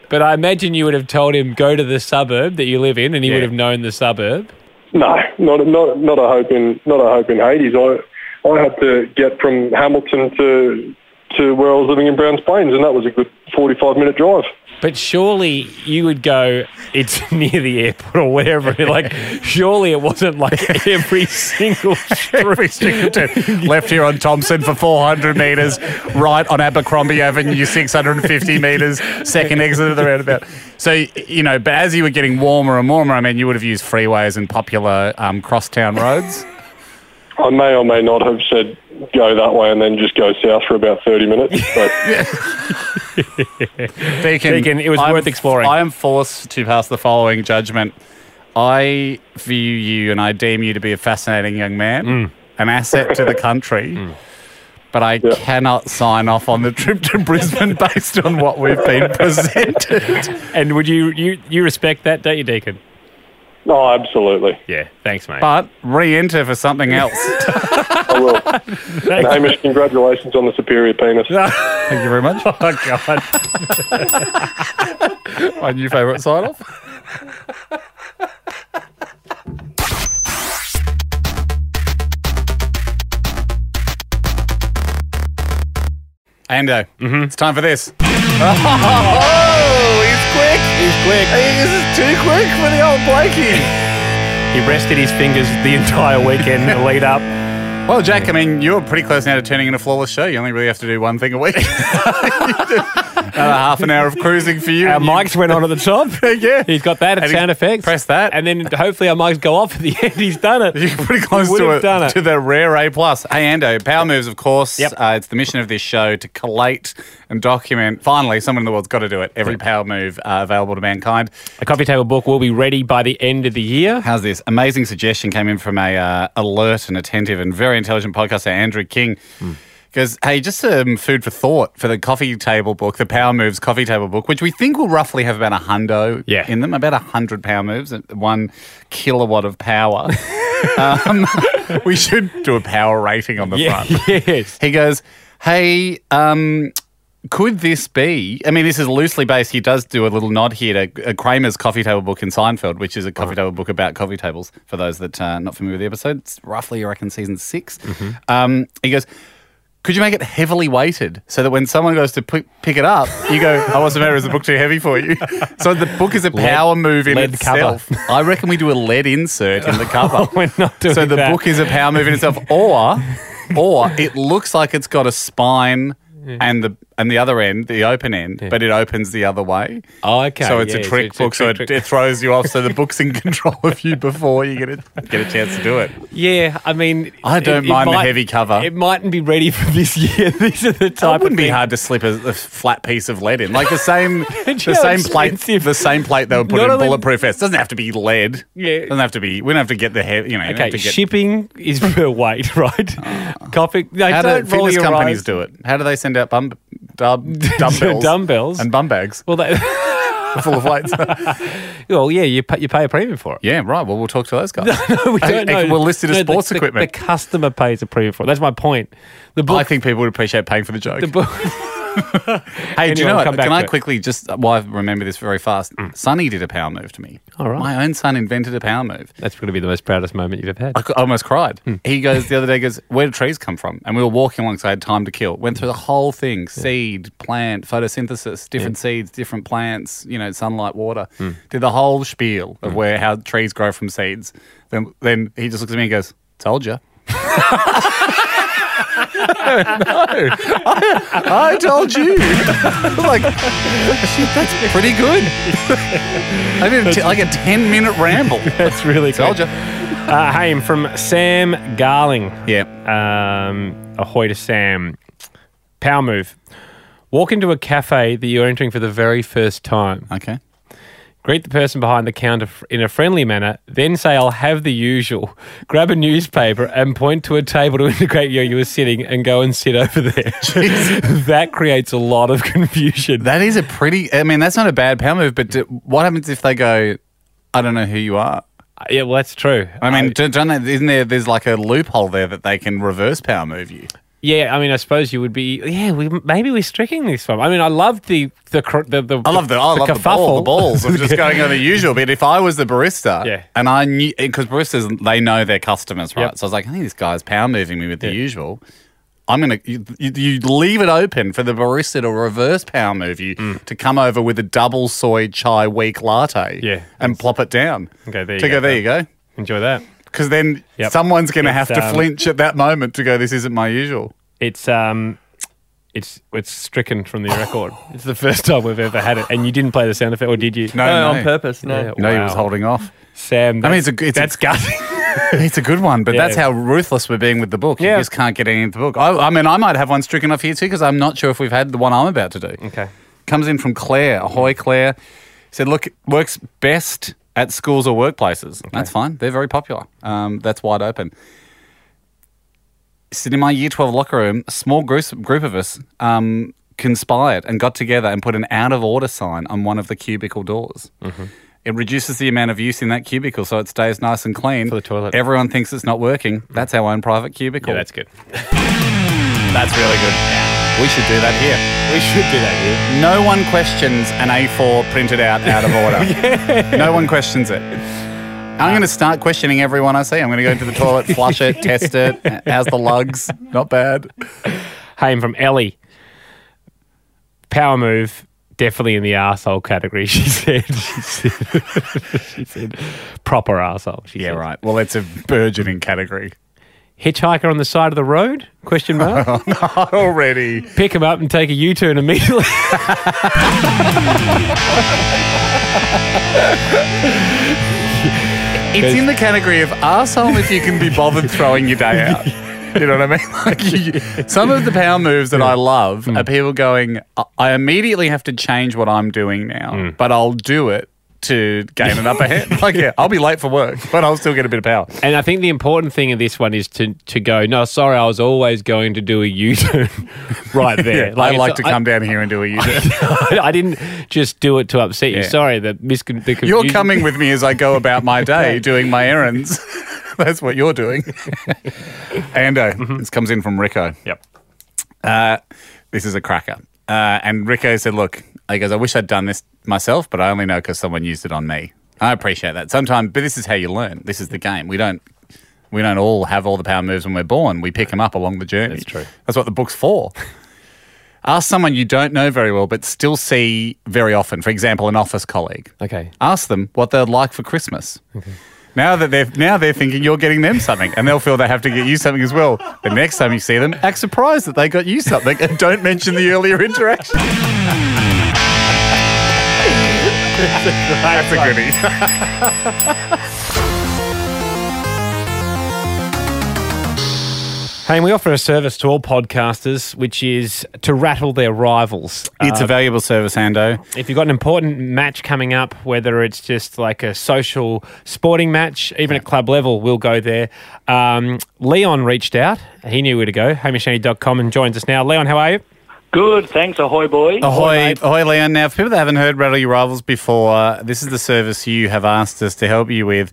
But I imagine you would have told him go to the suburb that you live in, and he would have known the suburb.
No, not not not a hope in not a hope in Hades. I I had to get from Hamilton to to where I was living in Browns Plains, and that was a good forty-five minute drive.
But surely you would go, it's *laughs* near the airport or whatever. *laughs* Like, surely it wasn't
*laughs*
like every single
every single turn. Left here on Thompson for 400 metres, right on Abercrombie Avenue, 650 metres, second exit of the roundabout. So, you know, but as you were getting warmer and warmer, I mean, you would have used freeways and popular um, crosstown roads.
I may or may not have said go that way and then just go south for about 30 minutes. But
Deacon,
Deacon, it was worth exploring.
I am forced to pass the following judgment. I view you and I deem you to be a fascinating young man,
Mm.
an asset to the country, but I cannot sign off on the trip to Brisbane based on what we've been
*laughs*
presented.
And would you you, you respect that, don't you, Deacon? Oh,
Oh, absolutely.
Yeah, thanks, mate.
But re enter for something else. *laughs*
I will. And Hamish, congratulations on the superior penis.
Thank you very much. Oh,
God.
My new favourite sign off. Ando, it's time for *laughs* this. Oh, Mm-hmm. he's quick.
He's quick.
I think this is too quick for the old Blakey.
He rested his fingers the entire weekend in the lead up.
Well, Jack, I mean, you're pretty close now to turning in a flawless show. You only really have to do one thing a week. *laughs* About half an hour of cruising for you.
Our
and you-
mics went on at the top.
*laughs* yeah.
He's got that
And he-
sound effects.
Press that.
And then hopefully our mics go off at the end. He's done
*laughs*
it.
You're pretty close
would
to
have
it,
done it.
to the rare A plus. Hey Ando, Power Moves, of course. Yep. Uh, it's the mission of this show to collate and document. Finally, someone in the world's got to do it. Every power move uh, available to mankind.
A coffee table book will be ready by the end of the year.
How's this? Amazing suggestion came in from a uh, alert and attentive and very intelligent podcaster, Andrew King. Because, hey, just some food for thought for the coffee table book, the Power Moves coffee table book, which we think will roughly have about a hundo
Yeah.
in them, about a hundred power moves, at one kilowatt of power.
*laughs*
um, *laughs* we should do a power rating on the
Yeah,
front. *laughs*
yes.
He goes, hey, um, could this be? I mean, this is loosely based. He does do a little nod here to uh, Kramer's coffee table book in Seinfeld, which is a coffee table book about coffee tables. For those that uh, are not familiar with the episode, it's roughly, I reckon, season 6
Mm-hmm.
Um, he goes, could you make it heavily weighted so that when someone goes to pick pick it up, you go, "Oh, what's the matter? Is the book too heavy for you?" So the book is a
Lead-
power move in
lead cover.
itself. I reckon we do a lead insert in the cover.
*laughs* We're not doing
so the
that.
book is a power move in itself, or or it looks like it's got a spine and the and the other end, the open end, but it opens the other way.
Oh, okay.
so it's
Yeah,
a trick book, so
trick,
it,
trick.
it throws you off. So the book's in *laughs* control of you before you get a get a chance to do it.
Yeah, I mean,
I don't mind the heavy cover.
It mightn't be ready for this *laughs* year. These are the type.
It wouldn't
of
be
thing-
hard to slip a, a flat piece of lead in, like the same the
*laughs* It's so
same plate,
expensive.
the same plate they would put
Not
in
only-
bulletproof vests. Doesn't have to be lead.
Yeah.
doesn't have to be. We don't have to get the head. You know, you don't
Okay,
have to get, Ah.
shipping is *laughs* per weight, right? Coffee. No,
How do
don't roll
fitness
your
companies
eyes.
do it? How do they send out bum,
*laughs*
dub, dumbbells,
Dumbbells.
and bum bags
Well, they, *laughs*
full of weights?
well, yeah, you pay, you pay a premium for it.
yeah, right. Well, we'll talk to those guys.
*laughs* No, we
I-
don't
I-
know.
We'll list it as
No, the-
sports
the-
equipment.
The customer pays a premium for it. That's my point. The book.
I think people would appreciate paying for the joke.
the book.
*laughs* Hey, do you
Anyway,
know
I'll
what?
come back
Can
to
I
it. Mm.
quickly just why I remember this very fast? Sonny did a power move to me.
All right.
My own son invented a power move.
That's going to be the most proudest moment you've ever had.
I c- I almost cried. He goes the other day. he Goes, where do trees come from? And we were walking along, so I had time to kill. Went through the whole thing: seed, plant, photosynthesis, different seeds, different plants. You know, sunlight, water. Did the whole spiel of where how trees grow from seeds. Then, then he just looks at me and goes, "Told *laughs* you." no, I, I told you. *laughs* like, shit, that's pretty good. *laughs* I did a t- like a ten-minute ramble.
That's really cool.
Told you.
Uh, hey, I'm from Sam Garling.
Yeah.
Um, ahoy to Sam. Power move. Walk into a cafe that you're entering for the very first time.
Okay.
Greet the person behind the counter f- in a friendly manner, then say, I'll have the usual. *laughs* Grab a newspaper and point to a table to *laughs* indicate where you were sitting and go and sit over there. *laughs* that creates a lot of *laughs* confusion.
That is a pretty. I mean, that's not a bad power move. But do, what happens if they go? I don't know who you are.
Uh, yeah, well, that's true.
I mean, don't, don't they, isn't there? There's like a loophole there that they can reverse power move you.
Yeah, I mean, I suppose you would be. Yeah, we, maybe we're stricken this one. I mean, I loved the the cr- the, the
I love the, I love the ball, the
kerfuffle.
balls.
*laughs*
I'm just going on the usual bit. If I was the barista,
Yeah.
and I knew because baristas they know their customers, right?
Yep.
So I was like, I think this guy's power moving me with the usual. I'm gonna you, you you leave it open for the barista to reverse power move you
Mm.
to come over with a double soy chai weak latte.
Yeah.
and plop it down.
Okay, there you
to
go.
go. There you go.
Enjoy that.
Because then
Yep.
someone's gonna
It's,
have to
um,
flinch at that moment to go. This isn't my usual.
It's um, it's it's stricken from the record. *laughs* it's the first time we've ever had it, and you didn't play the sound effect, or did you?
No, No, no. on purpose,
no.
No, he was holding off.
Uh, Sam,
I mean,
that's-
it's a good. It's
that's
a, gutting. *laughs*
*laughs*
it's a good one, but
Yeah.
that's how ruthless we're being with the book. You just can't get any of the book. I, I mean, I might have one stricken off here too because I'm not sure if we've had the one I'm about to do.
Okay.
Comes in from Claire. Ahoy, Claire. Said, look, it works best at schools or workplaces. That's fine. They're very popular. Um, that's wide open. Sit in my year 12 locker room, a small group, group of us um, conspired and got together and put an out of order sign on one of the cubicle doors. It reduces the amount of use in that cubicle so it stays nice and clean. For the toilet. Mm. Everyone thinks it's not working. That's our own private cubicle.
Yeah, that's *laughs* good.
That's really good. We should do that here.
We should do that here.
No one questions an A4 printed out out of *laughs* order. No one questions it. I'm going to start questioning everyone I see. I'm going to go into the toilet, flush it, test it. How's the lugs? Not bad.
Haim from Ellie. Power move, definitely in the arsehole category, *laughs* she said. She said, *laughs* she said proper arsehole. She yeah,
right. Well, it's a burgeoning category.
Hitchhiker on the side of the road? Question *laughs* mark.
not *laughs* already.
Pick him up and take a U-turn immediately. *laughs*
It's in the category of arsehole if you can be bothered throwing your day out. You know what I mean? *laughs* Like you, some of the power moves that I love are people going, "I- I immediately have to change what I'm doing now, but I'll do it to gain an upper hand. *laughs* Like, yeah, I'll be late for work, but I'll still get a bit of power.
And I think the important thing in this one is to to go. No, sorry, I was always going to do a U turn *laughs* right there.
Yeah, I like to
it's-
come down here and do a U-turn.
I, *laughs* I didn't just do it to upset you.
Yeah.
Sorry, that miscon. The
You're
confusion-
coming with me as I go about my *laughs* day doing my errands. *laughs* That's what you're *laughs* doing. Ando, this comes in from Rico. Mm-hmm. Yep. Uh, this is a cracker. Uh, and Rico said, Look, I goes, I wish I'd done this myself, but I only know because someone used it on me. I appreciate that. Sometimes, but this is how you learn. This is the game. We don't. We don't all have all the power moves when we're born. We pick them up along the journey. That's true. That's what the book's *laughs* for. Ask someone you don't know very well, but still see very often. For example, an office colleague.
Okay.
Ask them what they'd like for Christmas. Now that they're now they're thinking you're getting them something, and they'll feel they have to get you something as well. The next time you see them, act surprised that they got you something, and don't mention the earlier interaction. That's a goodie.
Hey, we offer a service to all podcasters, which is to rattle their rivals.
it's a
Uh,
valuable service, Ando.
if you've got an important match coming up, whether it's just like a social sporting match, even at club level, we'll go there. Um, Leon reached out. He knew where to go. HamishAndy.com and joins us now. Leon, how are you?
Good, thanks. Ahoy, boys.
Ahoy, ahoy, Leon. Now, for people that haven't heard Rattle Your Rivals before, this is the service you have asked us to help you with.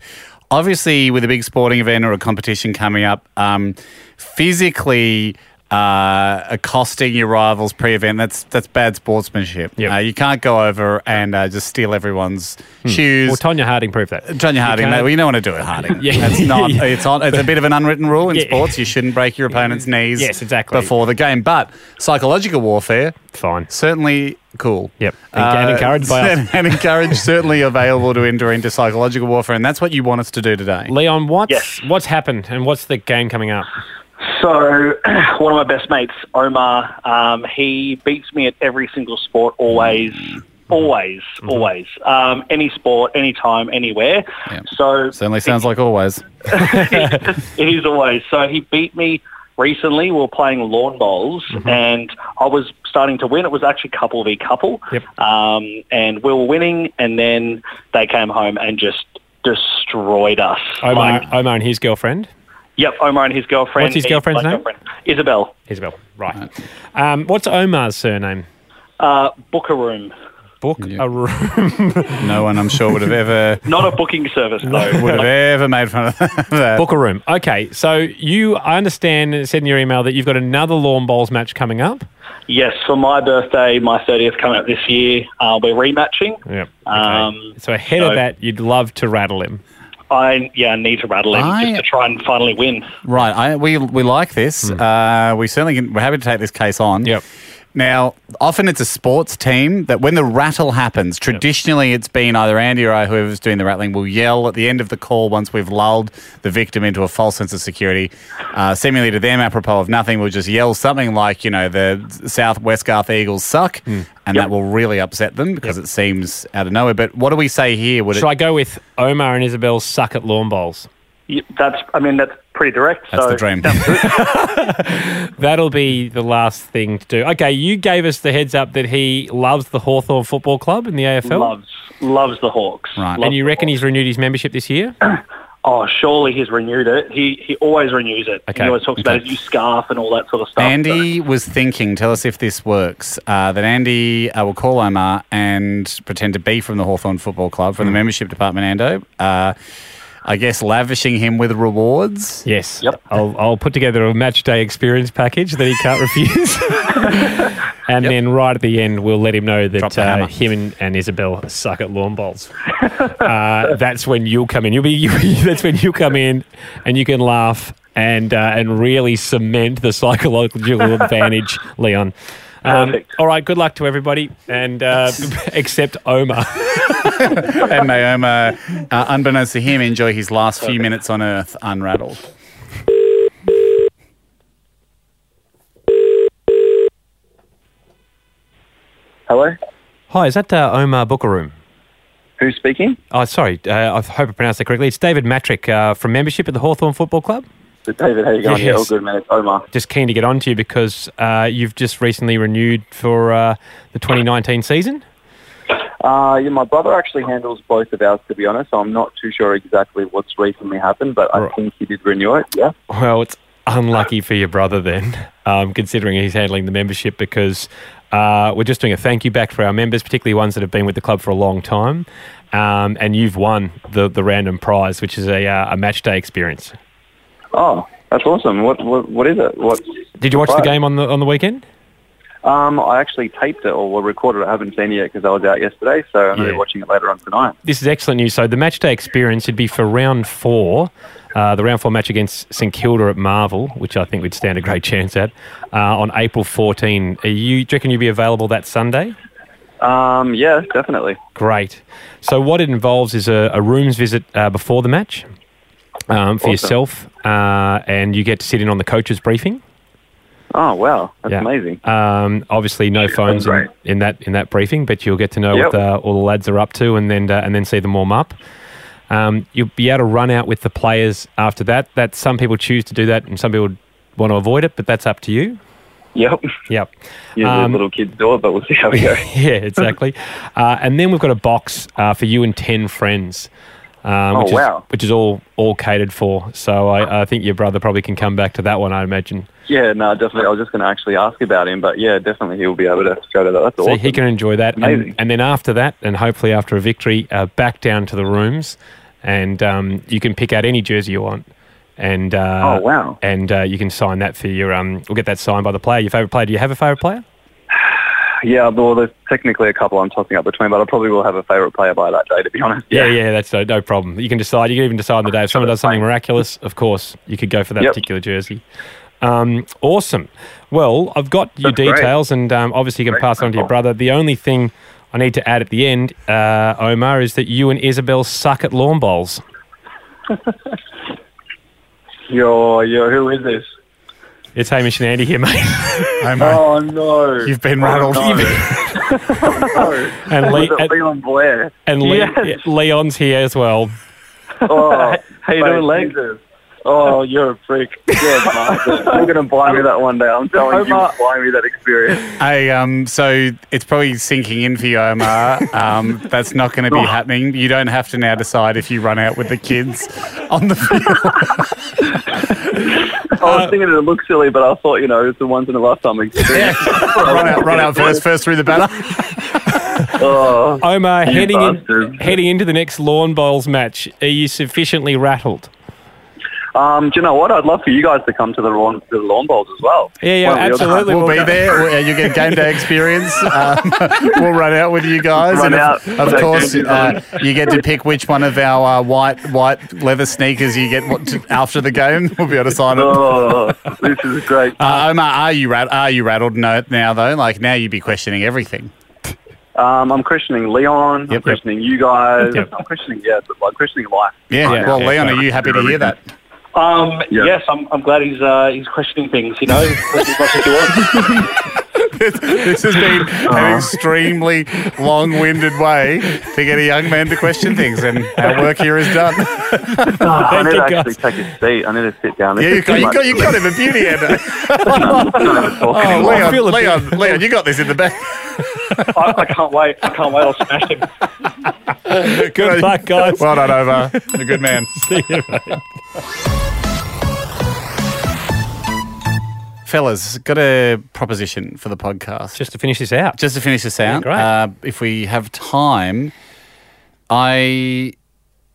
Obviously, with a big sporting event or a competition coming up, um, physically uh, accosting your rivals pre-event, that's that's bad sportsmanship. Uh, you can't go over and uh, just steal everyone's shoes.
Hmm. Well, Tonya Harding proved that.
Tonya Harding,
can't-
no, well, you don't want to do it, Harding.
*laughs* Yeah.
That's not,
Yeah.
It's, on, it's a bit of an unwritten rule in
Yeah.
sports. You shouldn't break your opponent's
*laughs*
knees
Yes, exactly.
before the game. But psychological warfare,
fine,
certainly cool. Yep,
And- and encouraged by us.
*laughs* and encouraged, certainly available to enter into psychological warfare, and that's what you want us to do today.
Leon, what's what's happened and what's the game coming up?
So, *clears throat* one of my best mates, Omar, um, he beats me at every single sport, always,
Mm-hmm.
always, always. Um, any sport, anytime, anywhere. So,
Certainly sounds like always.
it is always. So he beat me recently. We were playing lawn bowls,
Mm-hmm.
and I was starting to win. It was actually couple v couple, um, and we were winning. And then they came home and just destroyed us.
Omar,
Like,
Omar and his girlfriend.
yep, Omar and his girlfriend.
What's his
and
girlfriend's
my
name?
Isabel.
Isabel. Right. Um, what's Omar's surname?
Uh, book a room.
Book a room.
no one, I'm sure, would have ever
Not a booking service, though.
*laughs*
would have ever made fun of *laughs*
*laughs*
that.
Book a room. Okay, so you, I understand, it said in your email that you've got another lawn bowls match coming up.
*laughs* Yes, for my birthday, my 30th coming up this year, uh, we're rematching.
Yep.
Um,
So ahead
So-
of that, you'd love to rattle him.
I yeah need to rattle him just to try and finally win.
Right. I, we we like this. Uh, we certainly can, we're happy to take this case on. Yep. Now, often it's a sports team that when the rattle happens, traditionally it's been either Andy or I, whoever's doing the rattling, will yell at the end of the call once we've lulled the victim into a false sense of security. Uh, seemingly to them, apropos of nothing, we'll just yell something like, you know, the South West Garth Eagles suck, and that will really upset them because it seems out of nowhere. But what do we say here? Would
Should
it,
I go with Omar and Isabel suck at lawn bowls?
Y- That's I mean that's pretty direct.
That's
so
the dream. That'll be the last thing to do. Okay, you gave us the heads up that he loves the Hawthorn Football Club in the AFL.
Loves loves the Hawks.
Right.
Loves
and you reckon he's renewed his membership this year?
Oh, surely he's renewed it. He he always renews it.
Okay.
He always talks about his new scarf and all that sort of stuff.
Andy was thinking, tell us if this works, uh, that Andy uh, will call Omar and pretend to be from the Hawthorn Football Club, from the membership department, Ando. Uh, I guess lavishing him with rewards.
Yes. Yep. I'll, I'll put together a match day experience package that he can't refuse. and then right at the end, we'll let him know that uh, him and, and Isabel suck at lawn bowls. uh, that's when you'll come in. You'll be. *laughs* that's when you'll come in, and you can laugh and uh, and really cement the psychological advantage, Leon. Um, all right. Good luck to everybody, and uh, *laughs* except Omar.
and may Omar, uh, unbeknownst to him, enjoy his last few minutes on earth unrattled.
Hello,
Hi, is that uh, Omar Bookeroom?
who's speaking?
Oh, sorry. Uh, I hope I pronounced that correctly. It's David Matrick uh, from membership at the Hawthorn Football Club.
So David, how you going? Yeah, all
Yes.
good, man. It's Omar.
Just keen to get on to you because uh, you've just recently renewed for uh, the 2019 season.
Uh, yeah, my brother actually handles both of ours, to be honest. So I'm not too sure exactly what's recently happened, but I think he did renew it. Yeah.
Well, it's unlucky for your brother then, um, considering he's handling the membership because uh, we're just doing a thank you back for our members, particularly ones that have been with the club for a long time. Um, and you've won the, the random prize, which is a, uh, a match day experience.
Oh, that's awesome. What what, what is it? What's
Did you watch the game on the on the weekend?
Um, I actually taped it or recorded it. I haven't seen it yet because I was out yesterday, so I'm going to
Yeah.
be watching it later on tonight.
This is excellent news. So the match day experience would be for round four, uh, the round four match against St Kilda at Marvel, which I think we'd stand a great chance at, uh, on April 14. Are you, do you reckon you'd be available that Sunday?
Um, yeah, definitely.
Great. So what it involves is a, a rooms visit uh, before the match um, for
Awesome.
yourself, uh, and you get to sit in on the coach's briefing.
Oh wow, that's
Yeah.
amazing.
Um, obviously, no phones in, in that in that briefing, but you'll get to know
Yep.
what the, all the lads are up to, and then uh, and then see them warm up. Um, you'll be able to run out with the players after that. That some people choose to do that, and some people want to avoid it, but that's up to you.
Yep. *laughs*
Yep. *laughs*
Yeah,
Um,
the little kids do it, but we'll see how
*laughs*
we go.
yeah, exactly. uh, and then we've got a box uh, for you and ten friends. Um,
Oh,
which
wow.
Is, which is all all catered for. So I, I think your brother probably can come back to that one. I imagine.
yeah, no, definitely. I was just going to actually ask about him, but yeah, definitely he'll be able to go to that. That's
so
awesome.
he can enjoy that.
Amazing.
And, and then after that, and hopefully after a victory, uh, back down to the rooms, and um, you can pick out any jersey you want. And uh,
Oh, wow.
And uh, you can sign that for your. Um, we'll get that signed by the player. Your favorite player? Do you have a favorite player?
Yeah, well, there's technically a couple I'm tossing up between, but I probably will have a favourite player by that day, to be honest.
Yeah, yeah, that's uh, no, no problem. You can decide. You can even decide on the day. If someone does something miraculous, of course, you could go for that
Yep.
particular jersey. Um, awesome. Well, I've got your
That's great.
details, and um, obviously you can pass on to your brother. The only thing I need to add at the end, uh, Omar, is that you and Isabel suck at lawn bowls.
Yo, yo, who is this?
It's Hamish and Andy here, mate. *laughs*
Oh, no. Oh, You've
been rattled. *laughs*
*laughs*
and,
Was
Le-
it Leon Blair?
and Le- yeah, Leon's here as well.
Oh,
How you doing, Leg?
Oh, you're a prick.
*laughs*
Yeah, Mark, I'm going to buy me that one day. I'm telling you,
Omar-
buy me that
*laughs*
experience.
Hey, um, so it's probably sinking in for you, Omar. Um, that's not going to be happening. You don't have to now decide if you run out with the kids on the field.
I was
Uh,
thinking it would look silly, but I thought, you know, it's a once in
*laughs*
a lifetime experience.
run out, run out first, first through the batter.
oh,
Omar,
you
heading, in,
bastard.
heading into the next lawn bowls match, are you sufficiently rattled?
Um, do you know what? I'd love for you guys to come to the lawn, to the lawn bowls as well. One of the other-
We'll, be there. We'll- uh, You get game day experience. Um, *laughs* we'll run out with you guys.
Run
and
out.
of, of
Okay.
course, uh, you get to pick which one of our uh, white white leather sneakers you get what to, after the game. We'll be able to sign it.
Oh, this is great.
Uh, Omar, are you rat- are you rattled no, now though? Like now you'd be questioning everything.
Um, I'm questioning Leon. I'm
Yep.
questioning you guys.
Yep.
I'm questioning yeah, but I'm questioning life.
Yeah.
right
well,
now.
Leon, are you happy to hear that?
Um,
Yeah.
Yes, I'm, I'm glad he's uh, he's questioning things,
*laughs*
you know, as much as he
*laughs*
wants.
this has been an extremely long-winded way to get a young man to question things, and our work here is done.
Oh, I need to
Thank you,
actually take a seat. I need to sit down. This
Yeah,
is
you
too
got, you
much
got, you
for me.
got him a beauty head.
oh,
Leon, Leon, Leon, you got this in
*laughs*
the back.
Oh, I, I can't wait. I can't wait. I'll smash him.
Good
luck, guys.
Well done,
*laughs*
Omar. You're a good man.
See you, mate.
Fellas, got a proposition for the podcast. Just
to finish this out.
Just to finish this out.
great.
Uh, if we have time, I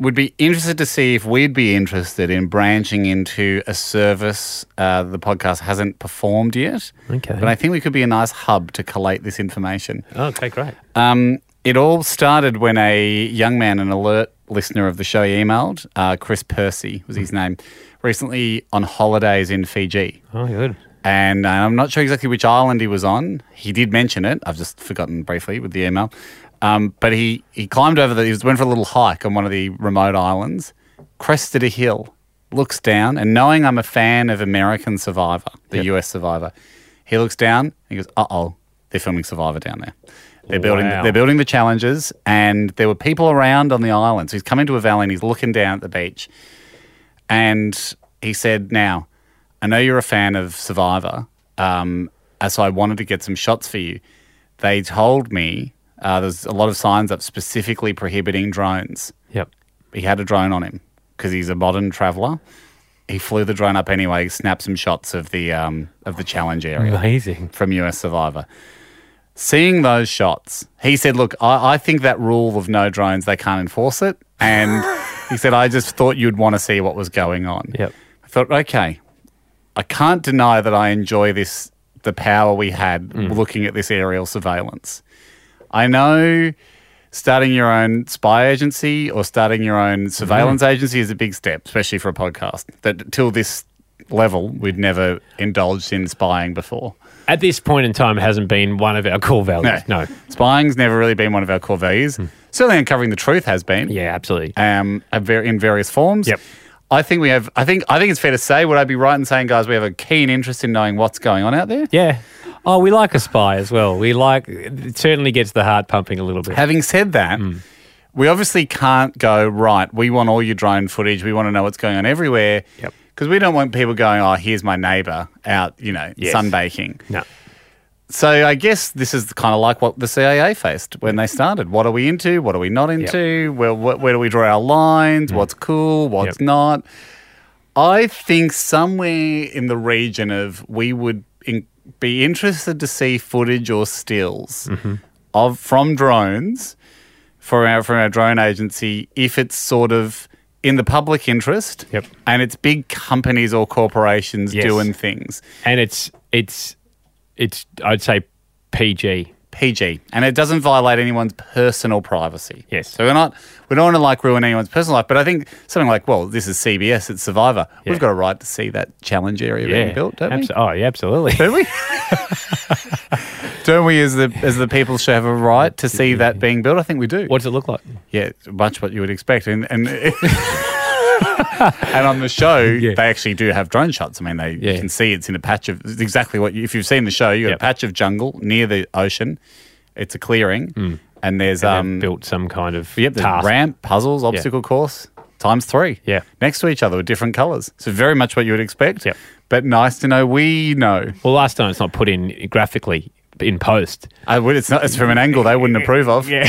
would be interested to see if we'd be interested in branching into a service uh, the podcast hasn't performed yet.
Okay.
But I think we could be a nice hub to collate this information.
Oh, Okay, great.
Um, it all started when a young man, an alert listener of the show, emailed uh, Chris Percy was his name, recently on holidays in Fiji.
Oh, good.
And uh, I'm not sure exactly which island he was on. He did mention it. I've just forgotten briefly with the email. Um, but he, he climbed over the, he was, went for a little hike on one of the remote islands, crested a hill, looks down, and knowing I'm a fan of American Survivor, the US Survivor, he looks down and he goes, uh oh, they're filming Survivor down there. They're building,
Wow.
they're building the challenges, and there were people around on the island. So he's coming to a valley and he's looking down at the beach. And he said, Now, I know you're a fan of Survivor, um, uh, so I wanted to get some shots for you. They told me uh, there's a lot of signs up specifically prohibiting drones.
Yep.
He had a drone on him because he's a modern traveler. He flew the drone up anyway, snapped some shots of the um, of the challenge area.
Amazing.
From US Survivor. Seeing those shots, he said, Look, I, I think that rule of no drones, they can't enforce it. And he said, I just thought you'd want to see what was going on. Yep. I thought, okay, I can't deny that I enjoy this, the power we had looking at this aerial surveillance. I know starting your own spy agency or starting your own surveillance agency is a big step, especially for a podcast, that till this level, we'd never indulged in spying before.
At this point in time, it hasn't been one of our core values. No.
Spying's never really been one of our core values. Certainly uncovering the truth has been. Hmm. Yeah, absolutely. Um, a ver- in various forms. Yep. I think we have. I think. I think it's fair to say. Would I be right in saying, guys, we have a keen interest in knowing what's going on out there?
Yeah. Oh, we like a spy as well. We like it certainly gets the heart pumping a little bit.
Having said that,
Mm.
we obviously can't go right. We want all your drone footage. We want to know what's going on everywhere. Yep. Because we don't want people going, oh, here's my neighbour out, you know,
Yes.
sunbaking.
No.
So I guess this is kind of like what the CIA faced when they started. What are we into? What are we not into? Where, wh- where do we draw our lines?
Mm.
What's cool? What's not? I think somewhere in the region of we would in- be interested to see footage or stills
Mm-hmm.
of from drones for our from our drone agency if it's sort of in the public interest yep. and it's big companies or corporations
Yes.
doing things
and it's it's it's I'd say PG
PG and it doesn't violate anyone's personal privacy.
Yes.
So we're not we don't want to like ruin anyone's personal life, but I think something like well this is CBS it's Survivor. We've got a right to see that challenge area being built, don't we?
Abso- Oh, yeah, absolutely. *laughs*
Don't we? Don't we, as the as the people, should have a right to see that being built? I think we do. What
does it look like?
Yeah, much what you would expect, and and *laughs* and on the show they actually do have drone shots. I mean, they you can see it's in a patch of it's exactly what you, if you've seen the show, you got a patch of jungle near the ocean. It's a clearing, Hmm. and there's um
built some kind of
yep, there's
task.
ramp, puzzles, obstacle course times three. Yeah, next to each other with different colours. So very much what you would expect. Yeah, but nice to know we know.
Well, last time it's not put in graphically in post.
I would. It's not. It's from an angle
*laughs*
they wouldn't approve of. Yeah.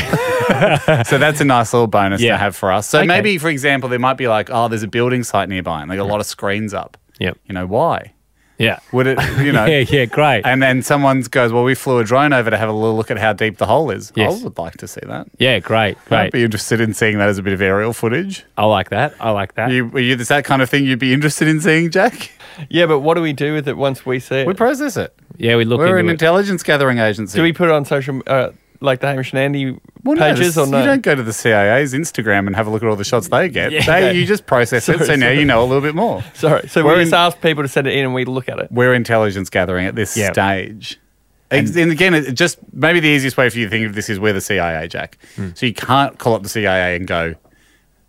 *laughs* so that's a nice little bonus
Yeah.
to have for us. So
Okay.
maybe, for example, there might be like, oh, there's a building site nearby, and they got a lot of screens up.
Yep.
You know why?
Yeah.
Would it, you know?
*laughs* Yeah, yeah, great.
And then someone goes, well, we flew a drone over to have a little look at how deep the hole is.
Yes.
I would like to see that.
Yeah, great,
I'd
great.
be interested in seeing that as a bit of aerial footage.
I like that. I like that.
You, were you, is that kind of thing you'd be interested in seeing, Jack?
Yeah, but what do we do with it once we see it?
We process it.
Yeah, we look
We're an
into it.
intelligence gathering agency.
Do we put it on social, uh, like the Hamish and Andy
Well, no,
pages
this-
or no?
You don't go to the CIA's Instagram and have a look at all the shots they get.
Yeah.
they,
Okay.
You just process it,
Sorry,
so now
sorry.
you know a little bit more.
Sorry. So
We're
we just ask people to send it in and we look at it.
We're intelligence gathering at this
Yeah.
stage. Ex- And again, it just maybe the easiest way for you to think of this is we're the CIA, Jack. So you can't call up the CIA and go,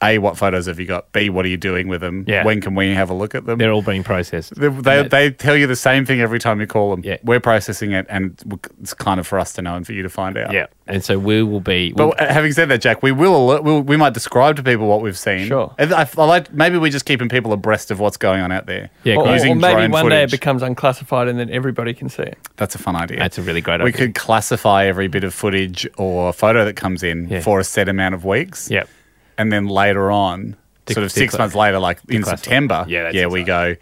A, what photos have you got? B, what are you doing with them?
Yeah.
When can we have a look at them?
They're all being processed.
They,
Yeah.
they, they tell you the same thing every time you call them. Yeah. We're processing it, and it's kind of for us to know and for you to find out.
Yeah. And so we will be.
But uh, having said that, Jack, we will alert, we'll, we might describe to people what we've seen. Sure. I, I like maybe we're just keeping people abreast of what's going on out there.
or,
using
or maybe
drone
one day
footage.
it becomes unclassified and then everybody can see it.
That's a fun idea.
That's a really great
we
idea.
could classify every bit of footage or photo that comes in
Yeah.
for a set amount of weeks.
Yep.
And then later on,
De-
sort of six
decla-
months later, like in
declassify.
September,
Yeah, that's
yeah, we go.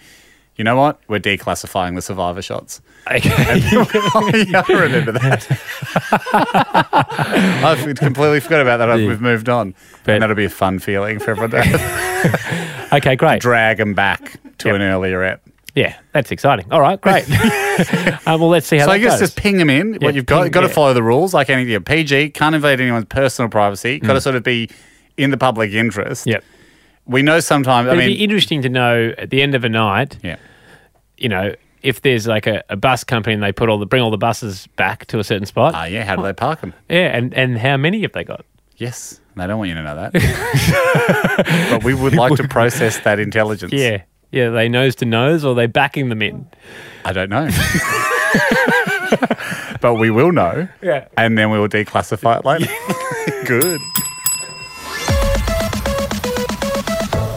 You know what? We're declassifying the survivor shots.
Okay. *laughs*
Oh, yeah, I remember that. *laughs* I completely forgot about that. I've- We've moved on. and that'll be a fun feeling for
*laughs*
everyone to
Okay, great.
*laughs* Drag them back to an earlier app.
Yeah, that's exciting. All right,
*laughs*
great. um, well, let's see how
so
that
I guess
goes.
just ping them
Yeah,
in. what you've got,
ping-
got to
yeah.
follow the rules. Like any yeah, PG, can't invade anyone's personal privacy. Got to
Mm.
sort of be in the public interest.
Yep.
We know sometimes. I
But it'd
mean,
be interesting to know at the end of a night.
Yeah.
You know, if there's like a, a bus company and they put all the bring all the buses back to a certain spot. Ah,
yeah. How do they park them?
Yeah, and and how many have they got?
yes, they don't want you to know that.
*laughs*
but we would like to process that intelligence.
Yeah, yeah. Are they nose to nose, or are they backing them in?
I don't know. *laughs* but we will know.
Yeah.
And then we will declassify it later. Good.